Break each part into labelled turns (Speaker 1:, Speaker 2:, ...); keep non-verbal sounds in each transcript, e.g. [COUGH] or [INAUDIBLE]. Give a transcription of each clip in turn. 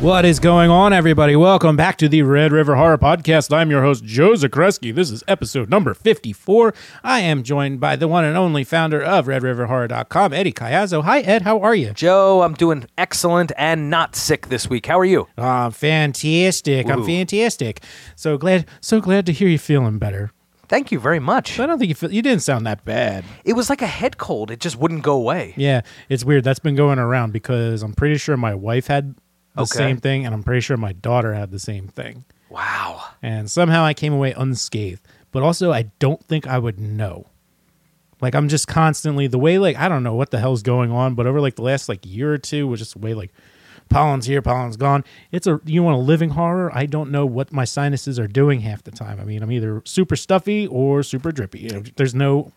Speaker 1: What is going on, everybody? Welcome back to the Red River Horror Podcast. I'm your host, Joe Zakreski. This is episode number 54. I am joined by the one and only founder of RedRiverHorror.com, Eddie Cayazzo. Hi, Ed. How are you?
Speaker 2: Joe, I'm doing excellent and not sick this week. How are you?
Speaker 1: I'm Ah, fantastic. I'm
Speaker 2: Ooh.
Speaker 1: fantastic. So glad, so glad to hear you feeling better.
Speaker 2: Thank you very much.
Speaker 1: I don't think you feel, you didn't sound that bad.
Speaker 2: It was like a head cold. It just wouldn't go away.
Speaker 1: Yeah, it's weird. That's been going around because I'm pretty sure my wife had the
Speaker 2: Okay.
Speaker 1: same thing, and I'm pretty sure my daughter had the same thing.
Speaker 2: Wow.
Speaker 1: and somehow I came away unscathed. But also, I don't think I would know. Like I'm just constantly the way like I don't know what the hell's going on, but over like the last like year or two, was just the way like pollen's here, pollen's gone. It's a you want a living horror. I don't know what my sinuses are doing half the time. I mean, I'm either super stuffy or super drippy. You know, there's no.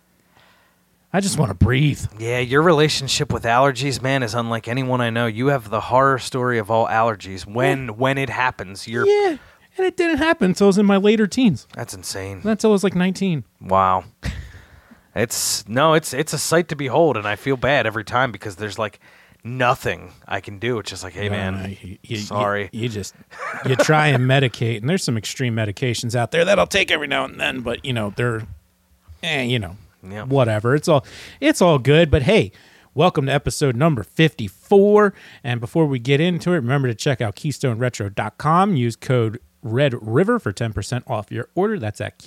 Speaker 1: I just want to breathe.
Speaker 2: Yeah, your relationship with allergies, man, is unlike anyone I know. You have the horror story of all allergies. When when it happens, you're
Speaker 1: Yeah, and it didn't happen until I was in my later teens.
Speaker 2: That's insane.
Speaker 1: Not until I was like 19.
Speaker 2: Wow. It's no, it's it's a sight to behold and I feel bad every time because there's like nothing I can do. It's just like, hey man,
Speaker 1: Uh, you- you-
Speaker 2: sorry.
Speaker 1: You, you just you try and medicate, and there's some extreme medications out there that I'll take every now and then, but you know they're, eh, you know,
Speaker 2: Yeah.
Speaker 1: whatever. It's all it's all good. But hey, welcome to episode number 54. And before we get into it, remember to check out KeystoneRetro.com. Use code Red River for 10% off your order. That's at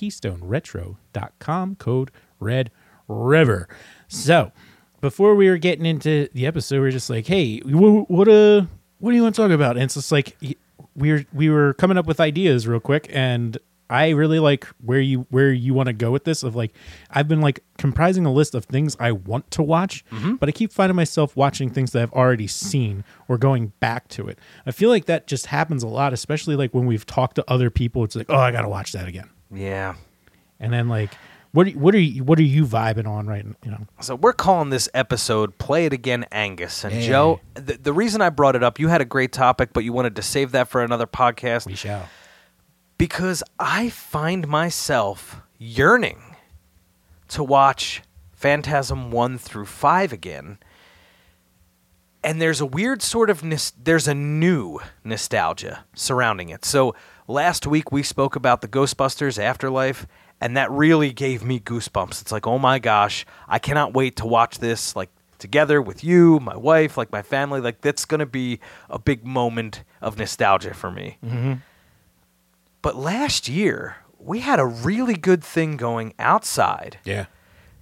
Speaker 1: KeystoneRetro.com. Code Red River. So before we were getting into the episode, we were just like, hey, wh- what uh, what do you want to talk about? And it's just like y- we were we were coming up with ideas real quick, and I really like where you where you want to go with this. Of like, I've been like comprising a list of things I want to watch, but I keep finding myself watching things that I've already seen or going back to it. I feel like that just happens a lot, especially like when we've talked to other people. It's like, oh, I gotta watch that again,
Speaker 2: Yeah.
Speaker 1: and then like. What are, what are you what are you vibing on right now? You know,
Speaker 2: So we're calling this episode "Play It Again, Angus." And
Speaker 1: Yeah.
Speaker 2: Joe, the, the reason I brought it up, you had a great topic, but you wanted to save that for another podcast
Speaker 1: we shall.
Speaker 2: because I find myself yearning to watch Phantasm 1 through 5 again. And there's a weird sort of nos- there's a new nostalgia surrounding it. So last week we spoke about the Ghostbusters Afterlife and that really gave me goosebumps. It's like, "Oh my gosh, I cannot wait to watch this like together with you, my wife, like my family. Like that's going to be a big moment of nostalgia for me." But last year, we had a really good thing going outside.
Speaker 1: Yeah,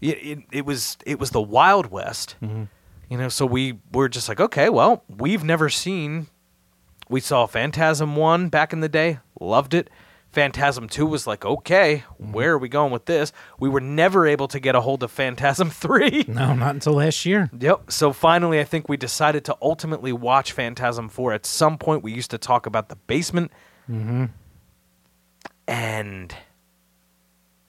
Speaker 2: It, it, it was it was the Wild West, you know. So we were just like, okay, well, we've never seen. We saw Phantasm One back in the day, loved it. Phantasm Two was like, okay, where are we going with this? We were never able to get a hold of Phantasm [LAUGHS] Three.
Speaker 1: no, not until last year.
Speaker 2: Yep. So finally, I think we decided to ultimately watch Phantasm 4. At some point, we used to talk about the basement. Mm-hmm. And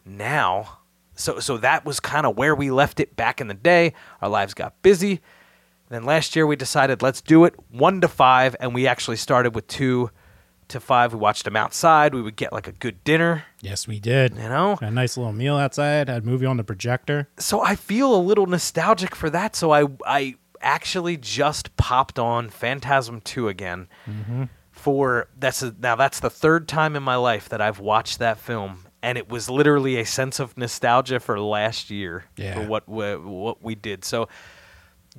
Speaker 2: now, so so that was kind of where we left it back in the day. Our lives got busy. Then last year, we decided let's do it one to five, and we actually started with two to five. We watched them outside. We would get like a good dinner,
Speaker 1: Yes, we did.
Speaker 2: you know.
Speaker 1: Had a nice little meal outside. Had a movie on the projector.
Speaker 2: so I feel a little nostalgic for that. So I I actually just popped on Phantasm Two again for that's a, now that's the third time in my life that I've watched that film, and it was literally a sense of nostalgia for last year
Speaker 1: Yeah.
Speaker 2: for what we, what we did. So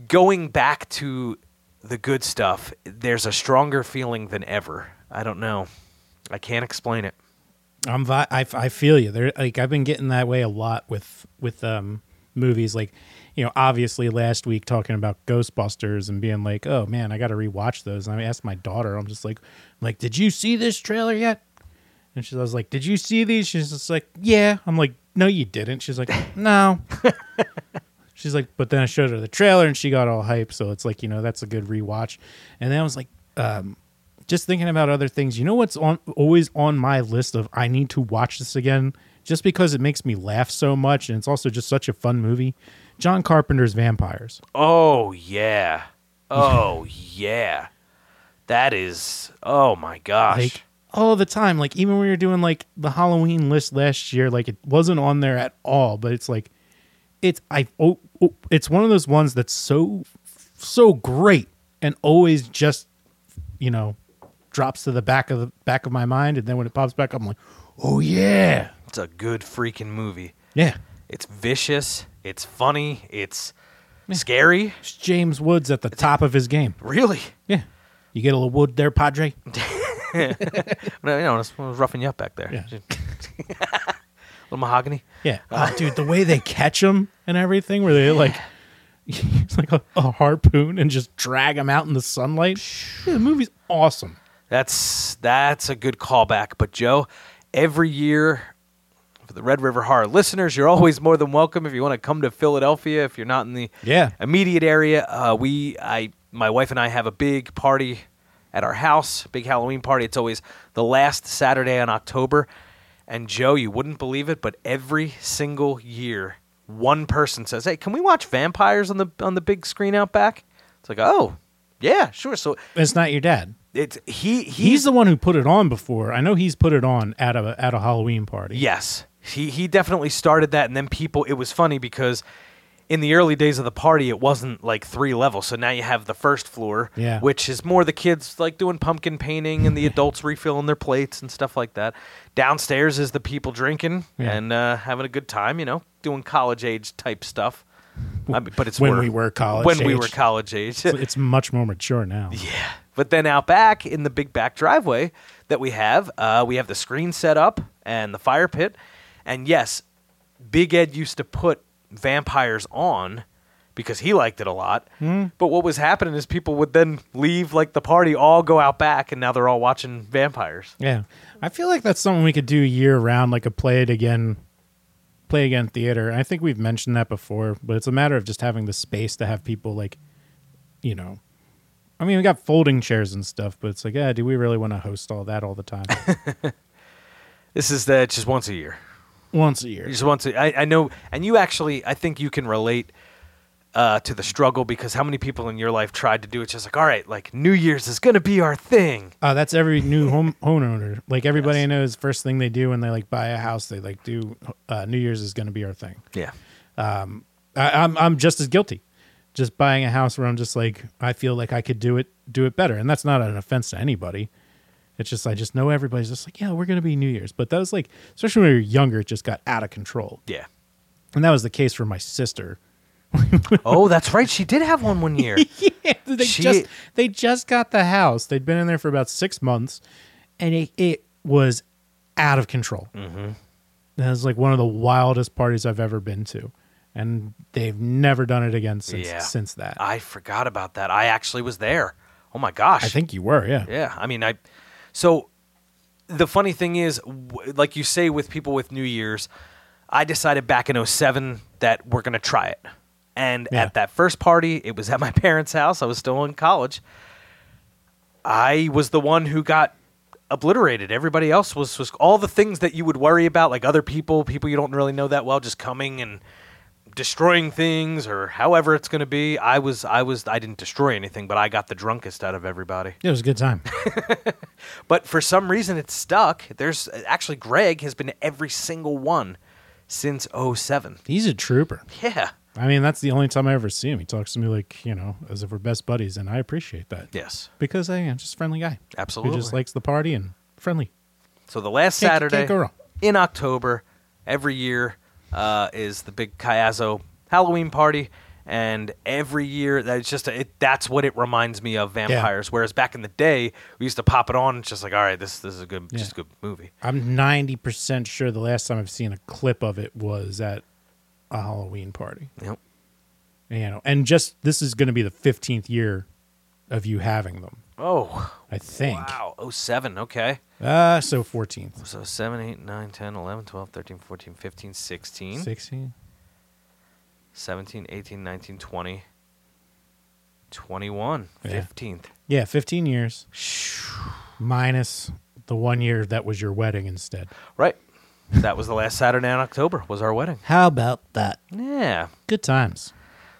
Speaker 2: going back to the good stuff, there's a stronger feeling than ever. I don't know. I can't explain it.
Speaker 1: I'm vi- I, I feel you. There, like I've been getting that way a lot with with um movies. Like, you know, obviously last week talking about Ghostbusters and being like, oh man, I got to rewatch those. And I asked my daughter, I'm just like, like, did you see this trailer yet? And she I was like, did you see these? She's just like, yeah. I'm like, no, you didn't. She's like, [LAUGHS] no. She's like, but then I showed her the trailer and she got all hyped. So it's like, you know, that's a good rewatch. And then I was like, um, just thinking about other things. You know what's on always on my list of I need to watch this again, just because it makes me laugh so much, and it's also just such a fun movie. John Carpenter's Vampires.
Speaker 2: Oh yeah. Oh yeah. That is oh my gosh.
Speaker 1: Like all the time. Like even when we were doing like the Halloween list last year, like it wasn't on there at all. But it's like it's I oh, oh, it's one of those ones that's so so great and always just you know drops to the back of the back of my mind, and then when it pops back, I'm like, oh yeah,
Speaker 2: It's a good freaking movie.
Speaker 1: yeah.
Speaker 2: It's vicious. It's funny. It's scary.
Speaker 1: It's James Woods at the top of his game.
Speaker 2: Really?
Speaker 1: Yeah, you get a little wood there, Padre.
Speaker 2: No, you know, I was, I was roughing you up back there.
Speaker 1: Yeah.
Speaker 2: [LAUGHS] little mahogany.
Speaker 1: Yeah, oh, dude, the way they catch him and everything, where they like. [LAUGHS] It's like a, a harpoon and just drag him out in the sunlight. Yeah, the movie's awesome.
Speaker 2: That's that's a good callback. But Joe, every year for the Red River Horror listeners, you're always more than welcome if you want to come to Philadelphia. If you're not in the
Speaker 1: Yeah.
Speaker 2: [LAUGHS] immediate area, uh, we I my wife and I have a big party at our house, big Halloween party. It's always the last Saturday in October. And Joe, you wouldn't believe it, but every single year, one person says, "Hey, can we watch vampires on the on the big screen out back?" It's like, "Oh, yeah, sure." So
Speaker 1: It's not your dad.
Speaker 2: it's he he's,
Speaker 1: He's the one who put it on before. I know he's put it on at a at a Halloween party.
Speaker 2: Yes. He he definitely started that and then people it was funny because in the early days of the party it wasn't like three levels. So now you have the first floor,
Speaker 1: Yeah.
Speaker 2: which is more the kids like doing pumpkin painting and the adults refilling their plates and stuff like that. Downstairs is the people drinking
Speaker 1: Yeah.
Speaker 2: and uh, having a good time, you know, doing college age type stuff. I mean, but it's
Speaker 1: When
Speaker 2: wor-
Speaker 1: we were college
Speaker 2: When we
Speaker 1: age.
Speaker 2: were college age.
Speaker 1: It's- It's much more mature now.
Speaker 2: Yeah. But then out back in the big back driveway that we have, uh, we have the screen set up and the fire pit. And yes, Big Ed used to put vampires on because he liked it a lot. But what was happening is people would then leave like the party, all go out back, and now they're all watching vampires.
Speaker 1: Yeah. I feel like that's something we could do year round, like a play it again, play again theater. I think we've mentioned that before, but it's a matter of just having the space to have people like, you know, I mean, we got folding chairs and stuff, but it's like, yeah, do we really want to host all that all the time?
Speaker 2: This is the, just once a year.
Speaker 1: Once a year.
Speaker 2: You just want to. I, I know, and you actually, I think you can relate uh, to the struggle because how many people in your life tried to do it? Just like, all right, like New Year's is gonna be our thing.
Speaker 1: Uh, that's every new home homeowner. Like everybody
Speaker 2: Yes.
Speaker 1: I know is first thing they do when they like buy a house, they like do uh, New Year's is going to be our thing.
Speaker 2: Yeah.
Speaker 1: I, I'm I'm just as guilty. Just buying a house where I'm just like I feel like I could do it do it better, and that's not an offense to anybody. It's just I just know everybody's just like yeah we're gonna be New Year's, but that was like especially when we were younger, it just got out of control,
Speaker 2: Yeah.
Speaker 1: and that was the case for my sister. [LAUGHS]
Speaker 2: Oh, that's right. She did have one one year.
Speaker 1: they
Speaker 2: She-
Speaker 1: just they just got the house. They'd been in there for about six months, and it, it was out of control. Mm-hmm. That was like one of the wildest parties I've ever been to, and they've never done it again since
Speaker 2: Yeah.
Speaker 1: since that. I,
Speaker 2: I forgot about that. I actually was there. Oh my gosh.
Speaker 1: think you were, yeah.
Speaker 2: Yeah. I mean, I. So, the funny thing is, w- like you say with people with New Year's, I decided back in 07 that we're gonna try it. And
Speaker 1: Yeah.
Speaker 2: at that first party, it was at my [LAUGHS] parents' house. I was still in college. I was the one who got obliterated. Everybody else was was all the things that you would worry about, like other people, people you don't really know that well, just coming and destroying things or however it's going to be. I was I was I didn't destroy anything, but I got the drunkest out of everybody.
Speaker 1: It was a good
Speaker 2: [LAUGHS]
Speaker 1: time.
Speaker 2: But for some reason, it's stuck. There's actually Greg has been to every single one since 07.
Speaker 1: He's a trooper.
Speaker 2: Yeah.
Speaker 1: I mean, that's the only time I ever see him. He talks to me like, you know, as if we're best buddies, and I appreciate that.
Speaker 2: Yes.
Speaker 1: Because I am just a friendly guy.
Speaker 2: Absolutely.
Speaker 1: Who just likes the party and friendly.
Speaker 2: So the last
Speaker 1: Can't-
Speaker 2: Saturday
Speaker 1: can't go wrong.
Speaker 2: in October every year uh, is the big Kayazo Halloween party, and every year that's just it, that's what it reminds me of vampires. Whereas back in the day, we used to pop it on. It's just like, all right, this this is a good
Speaker 1: Yeah.
Speaker 2: just a good movie.
Speaker 1: I'm 90% sure the last time I've seen a clip of it was at a Halloween party.
Speaker 2: Yep.
Speaker 1: You know, and just this is going to be the 15th year of you having them,
Speaker 2: Oh
Speaker 1: I think.
Speaker 2: wow, 07, Okay,
Speaker 1: Uh, so 14th.
Speaker 2: so 7, 8, 9, 10, 11, 12, 13, 14, 15, 16,
Speaker 1: 16?
Speaker 2: 17, 18, 19, 20, 21,
Speaker 1: Yeah.
Speaker 2: 15th.
Speaker 1: Yeah, 15 years. Minus the one year that was your wedding instead.
Speaker 2: Right. That was the last Saturday in October. Was our wedding.
Speaker 1: How about that?
Speaker 2: Yeah.
Speaker 1: Good times.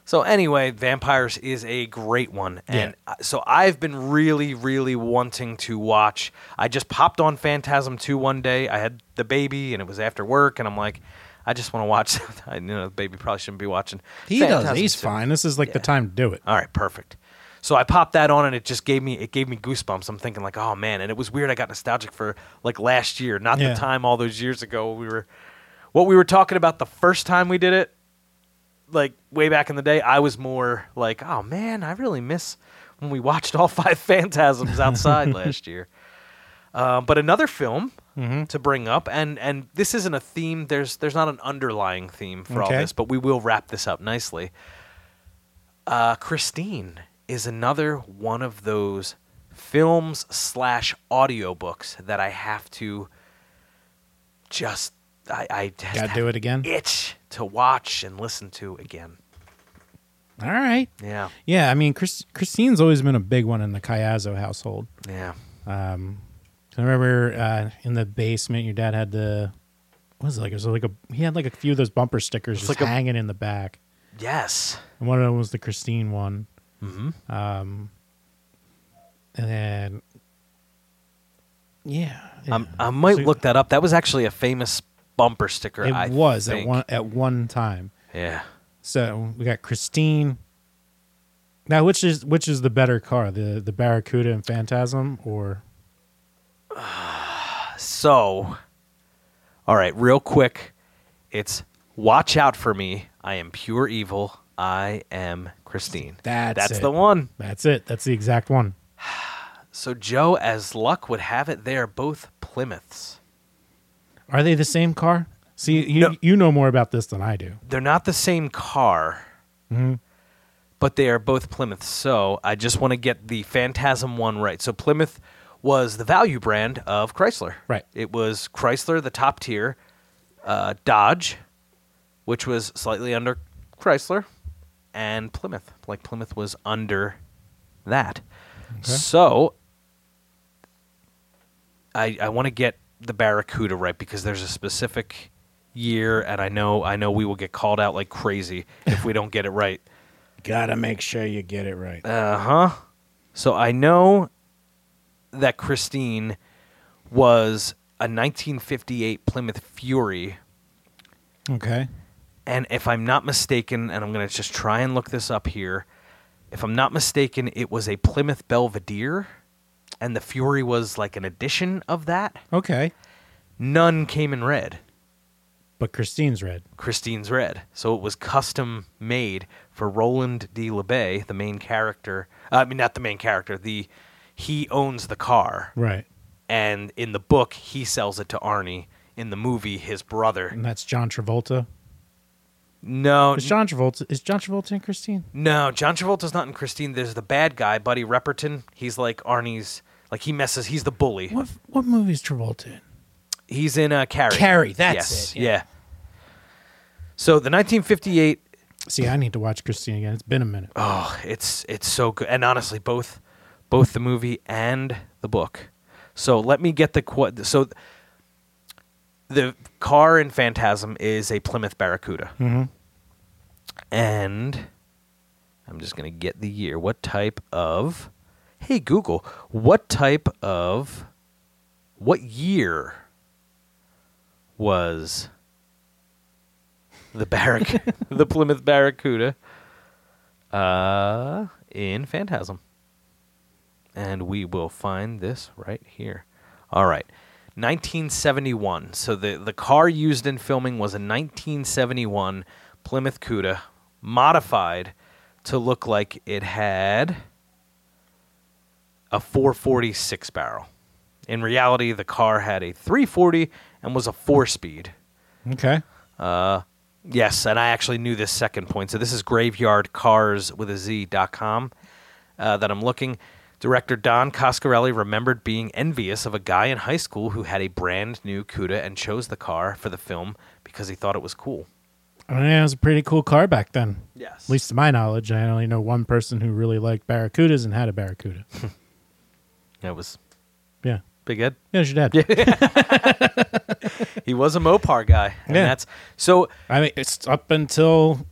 Speaker 2: So anyway, vampires is a great one, and
Speaker 1: Yeah.
Speaker 2: uh, so I've been really, really wanting to watch. I just popped on Phantasm two one day. I had the baby, and it was after work, and I'm like, I just want to watch. [LAUGHS] I you know the baby probably shouldn't be watching.
Speaker 1: He does.
Speaker 2: Phantasm
Speaker 1: He's
Speaker 2: 2.
Speaker 1: fine. This is like the
Speaker 2: Yeah. Oh,
Speaker 1: time to do it.
Speaker 2: All right, perfect. So I popped that on and it just gave me it gave me goosebumps. I'm thinking like, oh man, and it was weird. I got nostalgic for like last year, not
Speaker 1: Yeah.
Speaker 2: the time all those years ago we were what we were talking about the first time we did it, like way back in the day. I was more like, oh man, I really miss when we watched all [LAUGHS] five Phantasms
Speaker 1: [LAUGHS]
Speaker 2: outside last year. Um, but another film
Speaker 1: Mm-hmm.
Speaker 2: to bring up, and and this isn't a theme. There's there's not an underlying theme for all
Speaker 1: Okay.
Speaker 2: this, but we will wrap this up nicely. Uh, Christine is another one of those films slash audiobooks that I have to just I, I just
Speaker 1: Gotta
Speaker 2: have
Speaker 1: do it again.
Speaker 2: itch to watch and listen to again.
Speaker 1: All right.
Speaker 2: Yeah,
Speaker 1: Yeah, I mean, Chris, Christine's always been a big one in the Kayazo household.
Speaker 2: yeah.
Speaker 1: I remember uh, in the basement, your dad had the what was it like? It was like a he had like a few of those bumper stickers
Speaker 2: It's
Speaker 1: just
Speaker 2: like a-
Speaker 1: hanging in the back,
Speaker 2: Yes.
Speaker 1: and one of them was the Christine one, Um,
Speaker 2: Mm-hmm.
Speaker 1: and then yeah,
Speaker 2: Um,
Speaker 1: yeah.
Speaker 2: I might
Speaker 1: So-
Speaker 2: look that up. That was actually a famous bumper sticker.
Speaker 1: it
Speaker 2: I
Speaker 1: was at
Speaker 2: think.
Speaker 1: one at one time.
Speaker 2: Yeah.
Speaker 1: So we got Christine. Now, which is which is the better car, the the Barracuda and Phantasm, or
Speaker 2: So, all right, real quick, it's watch out for me. I am pure evil. I am Christine.
Speaker 1: That's it.
Speaker 2: the one.
Speaker 1: that's it? That's the exact one.
Speaker 2: So Joe, as luck would have it, they are both Plymouths.
Speaker 1: Are they the same car? See, you
Speaker 2: No.
Speaker 1: you know more about this than I do.
Speaker 2: They're not the same car,
Speaker 1: Mm-hmm.
Speaker 2: but they are both Plymouths. So I just want to get the Phantasm one right. So Plymouth was the value brand of Chrysler.
Speaker 1: Right.
Speaker 2: It was Chrysler, the top tier, uh, Dodge, which was slightly under Chrysler, and Plymouth. Like Plymouth was under that. So I I want to get the Barracuda right because there's a specific year, and I know I know we will get called out like crazy if we don't get it right.
Speaker 1: Gotta make sure you get it right.
Speaker 2: Uh huh. So I know that Christine was a 1958 Plymouth Fury,
Speaker 1: Okay.
Speaker 2: and if I'm not mistaken, and I'm gonna just try and look this up here. If I'm not mistaken, it was a Plymouth Belvedere, and the Fury was like an edition of that.
Speaker 1: Okay.
Speaker 2: None came in red.
Speaker 1: But Christine's red.
Speaker 2: Christine's Red. So it was custom made for Roland D. LeBay, the main character. uh, I mean, not the main character. The he owns the car,
Speaker 1: Right.
Speaker 2: and in the book he sells it to Arnie. In the movie, his brother.
Speaker 1: And that's John Travolta.
Speaker 2: No,
Speaker 1: Is John Travolta is John Travolta and Christine?
Speaker 2: no. John Travolta's not in Christine. There's the bad guy, Buddy Repperton. He's like Arnie's. Like he messes. He's the bully.
Speaker 1: What what movie is Travolta in?
Speaker 2: He's in uh, Carrie.
Speaker 1: Carrie, that's
Speaker 2: Yes,
Speaker 1: it,
Speaker 2: Yeah.
Speaker 1: yeah.
Speaker 2: So the 1958
Speaker 1: See, I need to watch Christine again. It's been a minute.
Speaker 2: Oh, it's it's so good. And honestly, both both the movie and the book. So let me get the qu- so th- the car in Phantasm is a Plymouth Barracuda.
Speaker 1: Mm-hmm.
Speaker 2: And I'm just going to get the year. What type of Hey Google, what type of what year was the barrac [LAUGHS] the Plymouth Barracuda uh in Phantasm? And we will find this right here. All right. 1971. So the, the car used in filming was a 1971 Plymouth Cuda, modified to look like it had a 446 barrel. In reality, the car had a 340 and was a four speed.
Speaker 1: Okay.
Speaker 2: Uh, yes, and I actually knew this second point. So this is graveyardcars with a Z dot com uh, that I'm looking. Director Don Coscarelli remembered being envious of a guy in high school who had a brand new Cuda and chose the car for the film because he thought it was cool.
Speaker 1: I mean, it was a pretty cool car back then.
Speaker 2: Yes.
Speaker 1: At least to my knowledge, I only know one person who really liked barracudas and had a barracuda.
Speaker 2: It was
Speaker 1: yeah.
Speaker 2: Big Ed.
Speaker 1: Yeah, it's your dad.
Speaker 2: He was a Mopar guy. And
Speaker 1: Yeah.
Speaker 2: that's so
Speaker 1: I mean, it's up until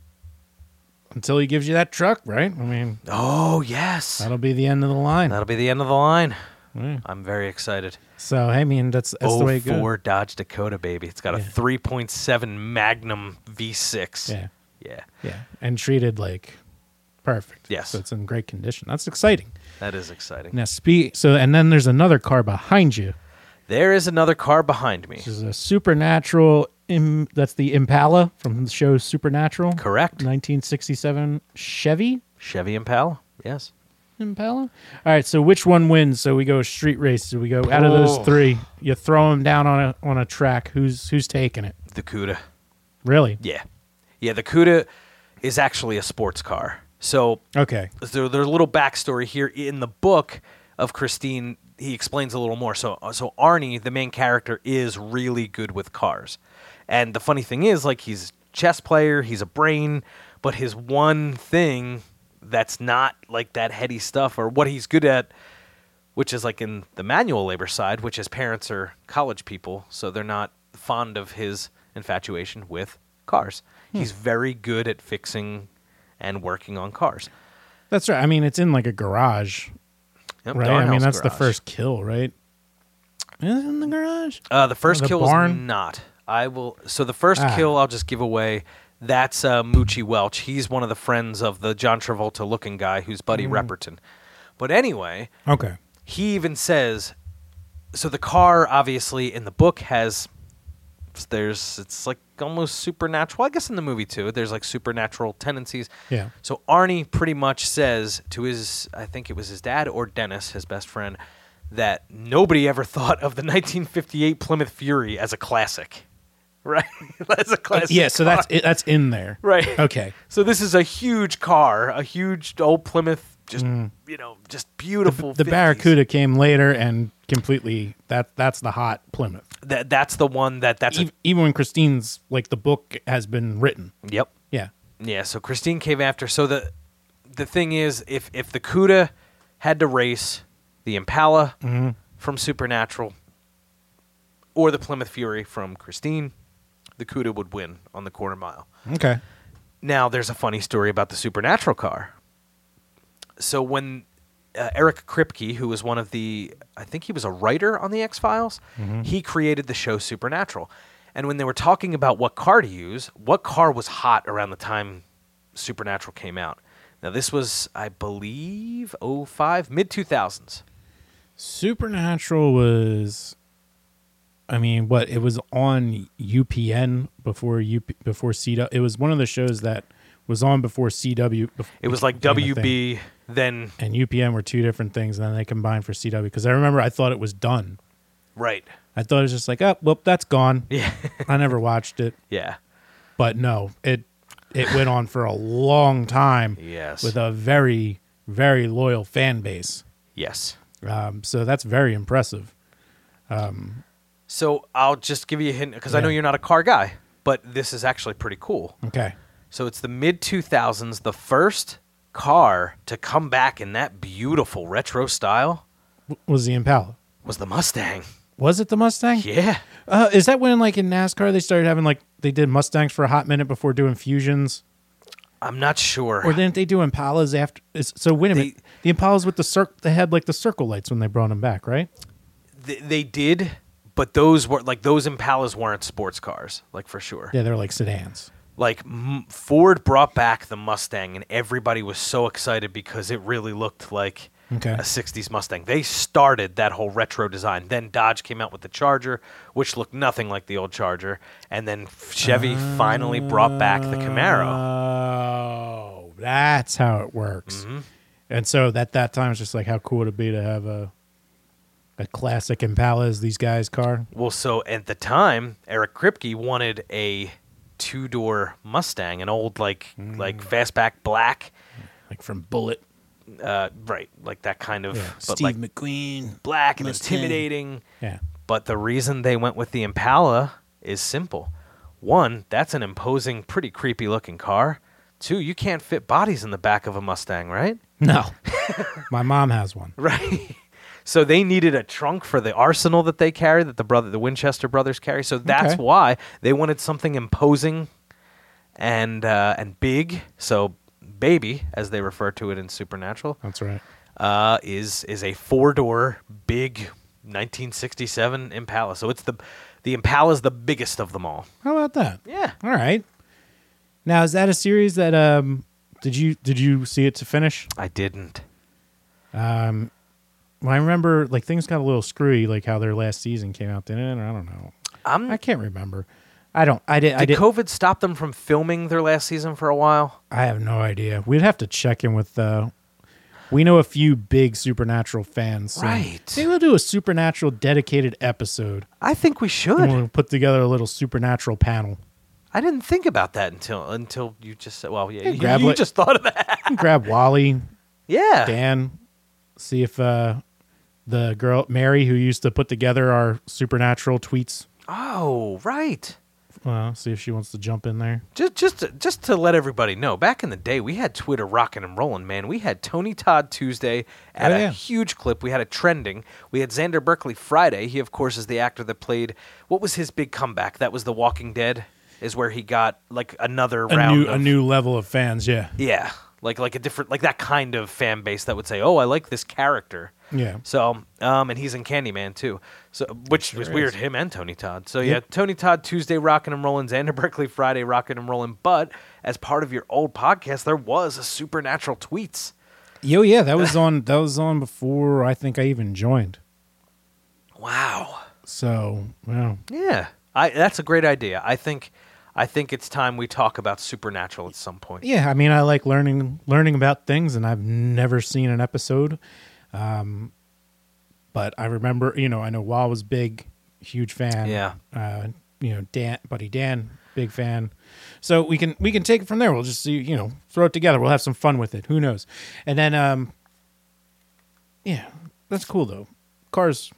Speaker 1: until he gives you that truck, right? I mean,
Speaker 2: Oh yes.
Speaker 1: that'll be the end of the line.
Speaker 2: That'll be the end of the line.
Speaker 1: Yeah.
Speaker 2: I'm very excited.
Speaker 1: So, I mean, that's Mm. that's the way it goes.
Speaker 2: 04 Dodge Dakota, baby. It's got a
Speaker 1: Yeah.
Speaker 2: 3.7 Magnum V6.
Speaker 1: Yeah.
Speaker 2: Yeah.
Speaker 1: Yeah, and treated like Perfect.
Speaker 2: Yes.
Speaker 1: So it's in great condition. That's exciting.
Speaker 2: That is exciting.
Speaker 1: Now speak so and then there's another car behind you.
Speaker 2: There is another car behind me.
Speaker 1: This is a supernatural im, that's the Impala from the show Supernatural.
Speaker 2: Correct.
Speaker 1: 1967 Chevy
Speaker 2: Chevy Impala. Yes.
Speaker 1: Impala. All right, so which one wins? So we go street race. So we go out of those
Speaker 2: Oh.
Speaker 1: 3, you throw them down on a on a track. Who's who's taking it?
Speaker 2: The Cuda.
Speaker 1: Really?
Speaker 2: Yeah. Yeah, the Cuda is actually a sports car. So
Speaker 1: Okay.
Speaker 2: so there's a little backstory here in the book of Christine. He explains a little more. So, uh, so Arnie, the main character, is really good with cars, and the funny thing is, like, he's a chess player, he's a brain, but his one thing that's not like that heady stuff or what he's good at, which is like in the manual labor side, which his parents are college people, so they're not fond of his infatuation with cars. He's very good at fixing and working on cars.
Speaker 1: That's right. I mean, it's in like a garage,
Speaker 2: Yep,
Speaker 1: right? I
Speaker 2: Darnell's
Speaker 1: mean, that's the
Speaker 2: garage.
Speaker 1: first kill, right? Is it in the garage?
Speaker 2: Uh, the first
Speaker 1: Oh, the
Speaker 2: kill is
Speaker 1: barn?
Speaker 2: not. I will. So the first
Speaker 1: Ah.
Speaker 2: kill, I'll just give away. That's uh, Moochie Welch. He's one of the friends of the John Travolta looking guy who's Buddy
Speaker 1: Mm.
Speaker 2: Repperton. But anyway,
Speaker 1: Okay.
Speaker 2: he even says. So the car, obviously, in the book has. There's. It's like almost supernatural. I guess in the movie too. There's like supernatural tendencies.
Speaker 1: Yeah.
Speaker 2: So Arnie pretty much says to his, I think it was his dad or Dennis, his best friend, that nobody ever [LAUGHS] thought of the 1958 Plymouth Fury as a classic, [LAUGHS] right? as a classic.
Speaker 1: Uh, Yeah, so that's Oh.
Speaker 2: car. [LAUGHS]
Speaker 1: it, that's in there.
Speaker 2: right.
Speaker 1: Okay.
Speaker 2: So this is a huge car, a huge old Plymouth, just you know, just beautiful.
Speaker 1: Mm. The
Speaker 2: 50s.
Speaker 1: Barracuda came later and completely that that's the hot Plymouth.
Speaker 2: That that's the one that that's
Speaker 1: Ev- Even when Christine's like the book has been written.
Speaker 2: a, yep.
Speaker 1: Yeah.
Speaker 2: Yeah, so Christine came after. So the the thing is, if if the Cuda had to race the Impala from Supernatural or the Plymouth Fury from Christine, the Cuda would win on the quarter mile.
Speaker 1: Okay.
Speaker 2: Now, there's a funny story about the Supernatural car. So when uh, Eric Kripke, who was one of the, I think he was a writer on the X Files,
Speaker 1: Mm-hmm.
Speaker 2: he created the show Supernatural. And when they were talking about what car to use, what car was hot around the time Supernatural came out? Now this was, I believe, 05, mid 2000s.
Speaker 1: Supernatural was I mean, what it was on UPN before UP, before CW. It was one of the shows that was on before CW. bef-
Speaker 2: It was like
Speaker 1: became a thing.
Speaker 2: WB, then
Speaker 1: and UPN were two different things, and then they combined for CW. Because I remember I thought it was done.
Speaker 2: right, [LAUGHS]
Speaker 1: I thought it was just like, oh, well, that's gone.
Speaker 2: yeah,
Speaker 1: I never watched it,
Speaker 2: yeah,
Speaker 1: but no, it it went on for a long time
Speaker 2: yes,
Speaker 1: with a very very loyal fan base.
Speaker 2: yes.
Speaker 1: Um, so that's very impressive.
Speaker 2: So I'll just give you a hint because I know
Speaker 1: Yeah.
Speaker 2: you're not a car guy, but this is actually pretty cool.
Speaker 1: Okay,
Speaker 2: So it's the mid 2000s, the first car to come back in that beautiful retro style
Speaker 1: W- was the Impala?
Speaker 2: was the Mustang.
Speaker 1: Was it the Mustang?
Speaker 2: Yeah.
Speaker 1: Uh, is that when like in NASCAR they started having like they did Mustangs for a hot minute before doing fusions,
Speaker 2: I'm not sure.
Speaker 1: or didn't they do Impalas after? Is, so wait a
Speaker 2: They-
Speaker 1: minute, the Impalas with the cir- they had like the circle lights when they brought them back, right?
Speaker 2: Th- they did, but those were like those Impalas weren't sports cars, like for sure.
Speaker 1: Yeah, they're like sedans.
Speaker 2: Like m- Ford brought back the Mustang and everybody was so excited because it really looked like
Speaker 1: Okay.
Speaker 2: a 60s Mustang. They started that whole retro design. Then Dodge came out with the Charger, which looked nothing like the old Charger, and then Chevy finally brought back the Camaro.
Speaker 1: Oh, that's how it works.
Speaker 2: Mm-hmm.
Speaker 1: And so at that time, it's just like how cool would it be to have a a classic Impala as these guys' car?
Speaker 2: Well, so at the time, Eric Kripke wanted a two-door Mustang, an old like
Speaker 1: Mm.
Speaker 2: like fastback black,
Speaker 1: Like from Bullet,
Speaker 2: uh, right, like that kind of
Speaker 1: yeah.
Speaker 2: but like
Speaker 1: McQueen.
Speaker 2: black and
Speaker 1: Mustang.
Speaker 2: intimidating.
Speaker 1: Yeah,
Speaker 2: But the reason they went with the Impala is simple. One, that's an imposing, pretty creepy looking car. Two, you can't fit bodies in the back of a Mustang, right? [LAUGHS]
Speaker 1: no, my mom has one.
Speaker 2: Right. [LAUGHS] So they needed a trunk for the arsenal that they carry, that the brother, the Winchester brothers carry. So that's
Speaker 1: Okay.
Speaker 2: why they wanted something imposing and uh, and big. So baby, as they refer to it in Supernatural,
Speaker 1: That's right.
Speaker 2: uh, is is a four door big 1967 Impala. So it's the the Impala is the biggest of them all.
Speaker 1: How about that?
Speaker 2: Yeah.
Speaker 1: All right. Now is that a series that um Did you did you see it to finish?
Speaker 2: I didn't.
Speaker 1: Well, I remember like things got a little screwy, like how their last season came out, didn't it? Or I don't know.
Speaker 2: I'm
Speaker 1: I can't remember. I don't. I did. I
Speaker 2: did
Speaker 1: did.
Speaker 2: COVID stop them from filming their last season for a while?
Speaker 1: I have no idea. We'd have to check in with. Uh, we know a few big supernatural fans. so
Speaker 2: Right.
Speaker 1: Maybe we'll do a supernatural dedicated episode.
Speaker 2: I think we should.
Speaker 1: And we'll put together a little supernatural panel.
Speaker 2: I didn't think about that until until you just said. Well, yeah, you,
Speaker 1: grab
Speaker 2: you
Speaker 1: what-
Speaker 2: just thought of that.
Speaker 1: We can grab Wally,
Speaker 2: [LAUGHS] Yeah,
Speaker 1: Dan, see if uh, the girl Mary, who used to put together our supernatural tweets,
Speaker 2: Oh, right.
Speaker 1: uh, see if she wants to jump in there.
Speaker 2: Just just to, just to let everybody know, back in the day, we had Twitter rocking and rolling, man. We had Tony Todd Tuesday at
Speaker 1: Oh,
Speaker 2: a
Speaker 1: yeah.
Speaker 2: huge clip. We had a trending. We had Xander Berkeley Friday. He, of course, is the actor that played. What was his big comeback? That was The Walking Dead. Is where he got like another
Speaker 1: A
Speaker 2: round.
Speaker 1: new,
Speaker 2: of,
Speaker 1: a new level of fans. Yeah.
Speaker 2: Yeah, like like a different like that kind of fan base that would say, "Oh, I like this character."
Speaker 1: Yeah.
Speaker 2: So, um, and he's in Candyman too. So, which was
Speaker 1: is.
Speaker 2: weird, him and Tony Todd. So yeah, Tony Todd Tuesday rocking and rolling, Xander Berkeley Friday rocking and rolling. But as part of your old podcast, there was a supernatural tweets.
Speaker 1: Yo, yeah, that
Speaker 2: [LAUGHS]
Speaker 1: was on. That was on before I think I even joined.
Speaker 2: Wow.
Speaker 1: So, well,
Speaker 2: Yeah, I that's a great idea. I think, I think it's time we talk about supernatural at some point.
Speaker 1: yeah. I mean, I like learning learning about things, and I've never seen an episode. Um, but I remember, you know, I know Wall was big, huge fan.
Speaker 2: Yeah.
Speaker 1: Uh, you know, Dan, buddy Dan, big fan. So we can we can take it from there. We'll just see, you know, throw it together. We'll have some fun with it. Who knows? And then, um, yeah, that's cool though. Cars,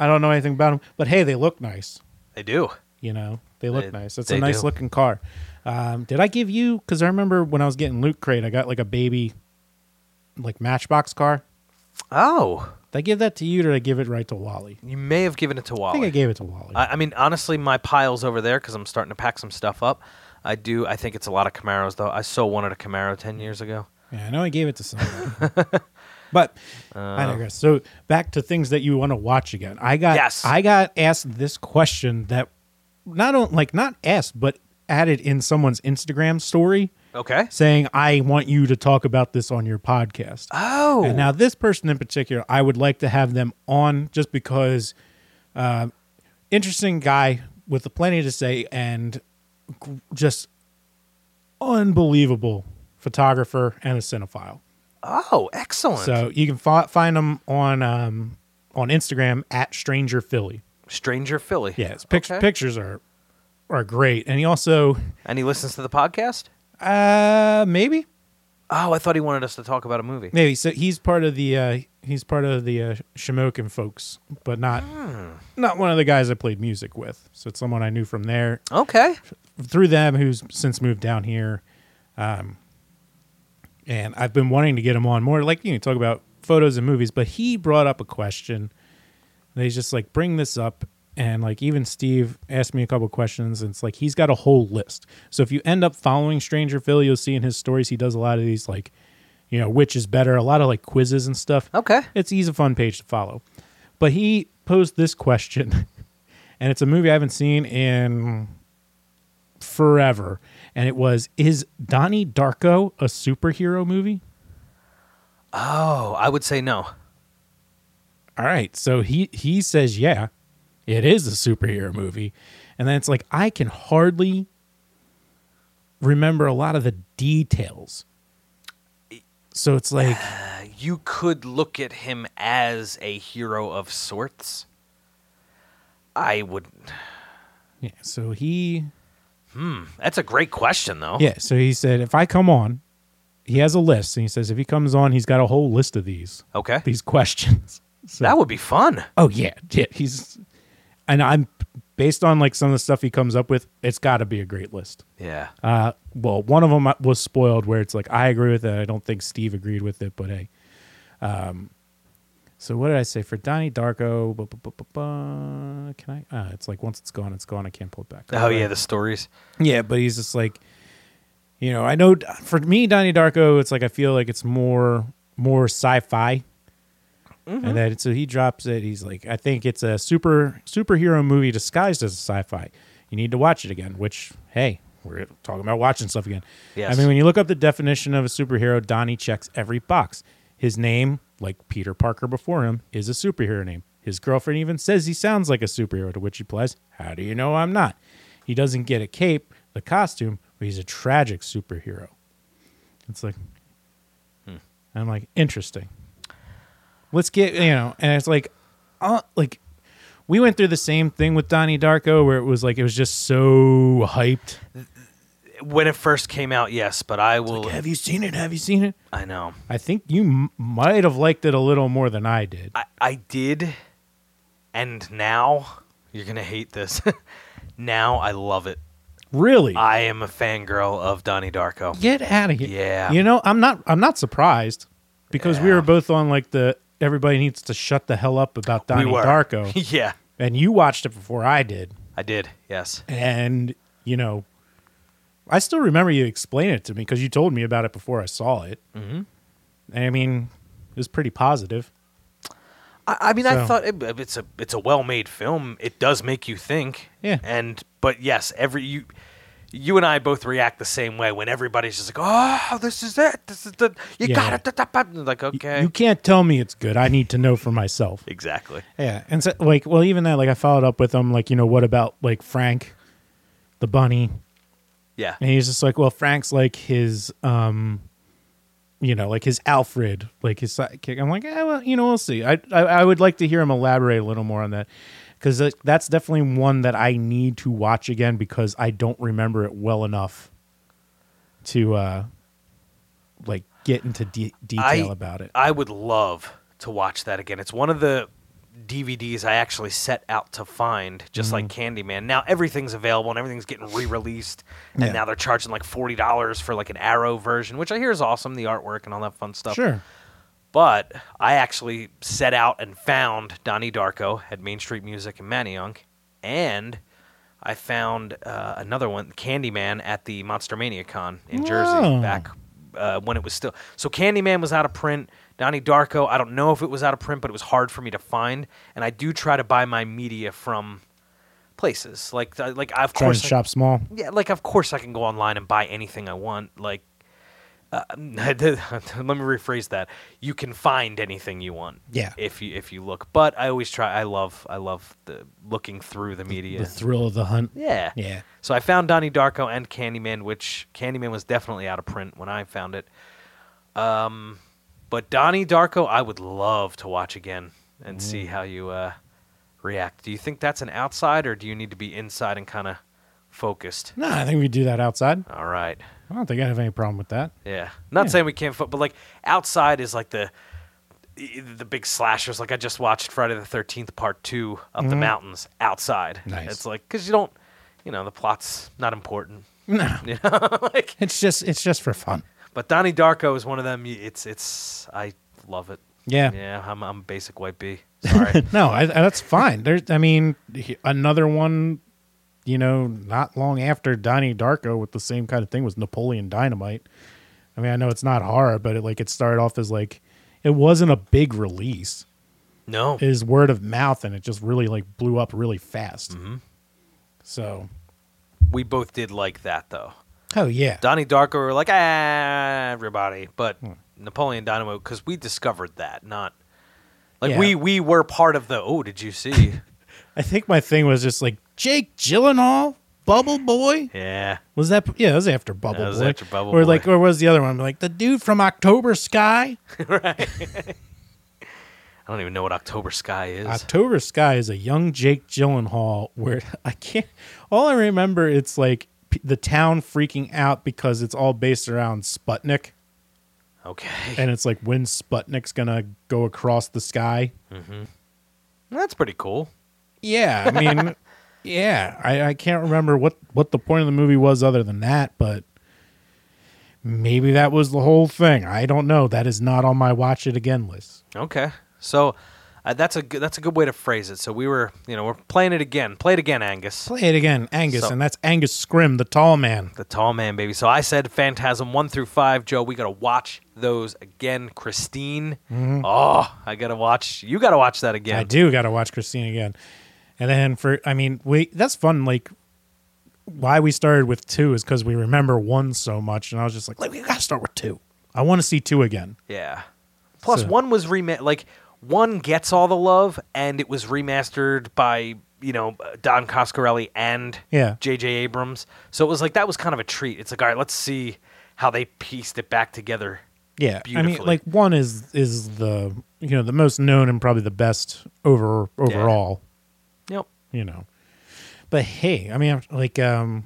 Speaker 1: I don't know anything about them, but hey, they look nice.
Speaker 2: They do.
Speaker 1: You know, they look
Speaker 2: They-
Speaker 1: nice. It's
Speaker 2: they
Speaker 1: a nice
Speaker 2: do.
Speaker 1: looking car. Um, did I give you? Because I remember when I was getting Loot Crate, I got like a baby, like Matchbox car.
Speaker 2: Oh,
Speaker 1: Did I give that to you, or did I give it right to Wally?
Speaker 2: you may have given it to
Speaker 1: I
Speaker 2: Wally.
Speaker 1: think I gave it to Wally.
Speaker 2: I, I mean, honestly, my pile's over there because I'm starting to pack some stuff up. I do. I think it's a lot of Camaros, though. I so wanted a Camaro ten years ago.
Speaker 1: yeah, I know I gave it to someone.
Speaker 2: [LAUGHS]
Speaker 1: but
Speaker 2: Uh,
Speaker 1: I digress. So back to things that you want to watch again. I got.
Speaker 2: Yes.
Speaker 1: I got asked this question that not on like not asked, but added in someone's Instagram story
Speaker 2: Okay.
Speaker 1: saying, "I want you to talk about this on your podcast."
Speaker 2: Oh.
Speaker 1: And now this person in particular, I would like to have them on just because uh, interesting guy with plenty to say and g- just unbelievable photographer and a cinephile.
Speaker 2: oh, excellent.
Speaker 1: So you can fi- find him on um, on Instagram at Stranger Philly.
Speaker 2: Stranger Philly.
Speaker 1: Yeah, his pic-
Speaker 2: Okay.
Speaker 1: pictures are are great, and he also
Speaker 2: And he listens to the podcast.
Speaker 1: uh, maybe
Speaker 2: Oh, I thought he wanted us to talk about a movie.
Speaker 1: Maybe so. He's part of the uh, he's part of the uh, Shamokin folks, but not not one of the guys I played music with. So it's someone I knew from there
Speaker 2: Okay.
Speaker 1: through them, who's since moved down here. Um, and I've been wanting to get him on more, like you know, talk about photos and movies. But he brought up a question. And he's just like, bring this up, and like even Steve asked me a couple questions, and it's like he's got a whole list. So if you end up following Stranger Phil, you'll see in his stories he does a lot of these like, you know, which is better, a lot of like quizzes and stuff.
Speaker 2: Okay.
Speaker 1: It's he's a fun page to follow. But he posed this question, [LAUGHS] and it's a movie I haven't seen in forever. And it was Is Donnie Darko a superhero movie?
Speaker 2: Oh, I would say no.
Speaker 1: All right. So he, he says, Yeah, it is a superhero movie. And then it's like, I can hardly remember a lot of the details. So it's like, [SIGHS]
Speaker 2: Uh, you could look at him as a hero of sorts. I would.
Speaker 1: yeah. So he
Speaker 2: That's a great question, though.
Speaker 1: Yeah. So he said, if I come on, he has a list, and he says if he comes on, he's got a whole list of these
Speaker 2: Okay.
Speaker 1: these questions. [LAUGHS] So,
Speaker 2: That would be fun.
Speaker 1: oh yeah, yeah. He's and I'm based on like some of the stuff he comes up with. It's got to be a great list.
Speaker 2: Yeah.
Speaker 1: Uh, well, one of them was spoiled where it's like I agree with it. I don't think Steve agreed with it, but hey. Um, so what did I say for Donnie Darko? bu- bu- bu- bu- bu- Can I? Uh, it's like once it's gone, it's gone. I can't pull it back.
Speaker 2: Oh
Speaker 1: Right.
Speaker 2: yeah, the stories.
Speaker 1: Yeah, but he's just like, you know, I know for me, Donnie Darko, it's like I feel like it's more more sci-fi, and then so he drops it. He's like, I think it's a super superhero movie disguised as a sci-fi. You need to watch it again. Which hey, we're talking about watching stuff again.
Speaker 2: Yes.
Speaker 1: I mean, when you look up the definition of a superhero, Donnie checks every box. His name, like Peter Parker before him, is a superhero name. His girlfriend even says he sounds like a superhero, to which he replies, How do you know I'm not? He doesn't get a cape, the costume, but he's a tragic superhero. It's like, I'm like, interesting. Let's get, you know, and it's like, uh, like, we went through the same thing with Donnie Darko where it was like, it was just so hyped.
Speaker 2: When it first came out, yes, but I will.
Speaker 1: Like, have you seen it? Have you seen it?
Speaker 2: I know.
Speaker 1: I think you m- might have liked it a little more than I did.
Speaker 2: I, I did, and now you're gonna hate this. [LAUGHS] now I love it.
Speaker 1: Really?
Speaker 2: I am a fangirl of Donnie Darko.
Speaker 1: Get out of here.
Speaker 2: Yeah.
Speaker 1: You know, I'm not I'm not surprised because we
Speaker 2: Yeah.
Speaker 1: were both on like the everybody needs to shut the hell up about Donnie
Speaker 2: we were
Speaker 1: [LAUGHS] Darko.
Speaker 2: [LAUGHS] yeah,
Speaker 1: and you watched it before I did.
Speaker 2: I did. Yes.
Speaker 1: And, you know, I still remember you explaining it to me because you told me about it before I saw it. Mm-hmm. And I mean, it was pretty positive.
Speaker 2: I, I mean, I
Speaker 1: So-
Speaker 2: thought it, it's a it's a well made film. It does make you think.
Speaker 1: Yeah.
Speaker 2: And but yes, every you you and I both react the same way when everybody's just like, oh, this is it. This is the you
Speaker 1: Yeah.
Speaker 2: got it. Da, da, da. And Like
Speaker 1: Y-
Speaker 2: okay,
Speaker 1: You can't tell me it's good. I need to know for myself.
Speaker 2: exactly.
Speaker 1: Yeah, and so like, well, even that, like, I followed up with him, like, you know, what about like Frank, the bunny,
Speaker 2: Yeah.
Speaker 1: and he's just like, well, Frank's like his, um, you know, like his Alfred, like his sidekick. I'm like, eh, well, you know, we'll see. I, I, I would like to hear him elaborate a little more on that because that's definitely one that I need to watch again because I don't remember it well enough to, uh, like, get into de- detail
Speaker 2: I-
Speaker 1: about it.
Speaker 2: I would love to watch that again. It's one of the DVDs I actually set out to find, just like
Speaker 1: Mm-hmm.
Speaker 2: Candyman. Now everything's available and everything's getting re-released, and
Speaker 1: Yeah.
Speaker 2: now they're charging like forty dollars for like an Arrow version, which I hear is awesome, the artwork and all that fun stuff.
Speaker 1: Sure.
Speaker 2: But I actually set out and found Donnie Darko at Main Street Music in Manayunk, and I found uh, another one, Candyman, at the Monster Mania Con in
Speaker 1: Wow.
Speaker 2: Jersey back uh, when it was still. So Candyman was out of print. Donnie Darko, I don't know if it was out of print, but it was hard for me to find. And I do try to buy my media from places like like of
Speaker 1: Try and
Speaker 2: course I-
Speaker 1: shop small.
Speaker 2: yeah, like of course I can go online and buy anything I want. Like, uh, [LAUGHS] let me rephrase that. You can find anything you want.
Speaker 1: Yeah.
Speaker 2: If you if you look, but I always try. I love I love the looking through the media.
Speaker 1: The thrill of the hunt.
Speaker 2: yeah.
Speaker 1: Yeah.
Speaker 2: So I found Donnie Darko and Candyman, which Candyman was definitely out of print when I found it. Um, but Donnie Darko, I would love to watch again and see how you uh, react. Do you think that's an outside, or do you need to be inside and kind of focused?
Speaker 1: No, I think we do that outside.
Speaker 2: All right.
Speaker 1: I don't think I have any problem with that.
Speaker 2: Yeah. Not
Speaker 1: Yeah.
Speaker 2: saying we can't fo- but like outside is like the e, the big slashers. Like I just watched Friday the Thirteenth Part Two up the mountains outside.
Speaker 1: Mm-hmm. Nice.
Speaker 2: It's like because you don't, you know, the plot's not important. [LAUGHS]
Speaker 1: No,
Speaker 2: You know, like.
Speaker 1: it's just it's just for fun.
Speaker 2: But Donnie Darko is one of them. y- It's it's I love it.
Speaker 1: Yeah.
Speaker 2: Yeah. I'm I'm basic white B. Sorry.
Speaker 1: [LAUGHS] No, I, I- that's fine. There's, I mean, he- another one. You know, not long after Donnie Darko with the same kind of thing was Napoleon Dynamite. I mean, I know it's not horror, but it like it started off as like it wasn't a big release.
Speaker 2: no.
Speaker 1: It is word of mouth, and it just really like blew up really fast.
Speaker 2: Mm-hmm.
Speaker 1: So,
Speaker 2: We both did like that though.
Speaker 1: oh yeah,
Speaker 2: Donnie Darko were like ah everybody, but Napoleon Dynamite because we discovered that not like
Speaker 1: Yeah.
Speaker 2: we we were part of the oh did you see
Speaker 1: I think my thing was just like Jake Gyllenhaal, Bubble Boy.
Speaker 2: yeah
Speaker 1: Was that yeah? That was after Bubble
Speaker 2: That was
Speaker 1: Boy.
Speaker 2: after Bubble
Speaker 1: or
Speaker 2: Boy.
Speaker 1: like, or was the other one like the dude from October Sky?
Speaker 2: I don't even know what October Sky is
Speaker 1: October Sky is a young Jake Gyllenhaal. Where [LAUGHS] I can't. All I remember it's like p- the town freaking out because it's all based around Sputnik,
Speaker 2: okay
Speaker 1: and it's like when Sputnik's gonna go across the sky.
Speaker 2: that's pretty cool
Speaker 1: Yeah, I mean, [LAUGHS] yeah, I, I can't remember what what the point of the movie was other than that, but maybe that was the whole thing. I don't know. That is not on my watch it again list.
Speaker 2: okay so uh, that's a good that's a good way to phrase it so we were you know we're playing it again play it again Angus
Speaker 1: Play it again, Angus,
Speaker 2: So-
Speaker 1: and that's Angus Scrim, the tall man.
Speaker 2: the tall man baby so I said Phantasm one through five Joe we gotta watch those again Christine oh I gotta watch you gotta watch that again
Speaker 1: I do got to watch Christine again. And then for, I mean, wait, that's fun. Like, why we started with two is because we remember one so much, and I was just like, we gotta start with two. I want to see two again.
Speaker 2: Yeah. Plus,
Speaker 1: So-
Speaker 2: one was rema Like one gets all the love, and it was remastered by you know Don Coscarelli and
Speaker 1: Yeah.
Speaker 2: J.J. Abrams. So it was like that was kind of a treat. It's like all right, let's see how they pieced it back together.
Speaker 1: Yeah, I mean,
Speaker 2: Beautifully.
Speaker 1: like one is is the you know the most known and probably the best over overall.
Speaker 2: Yep.
Speaker 1: You know, but hey, I mean, like, um,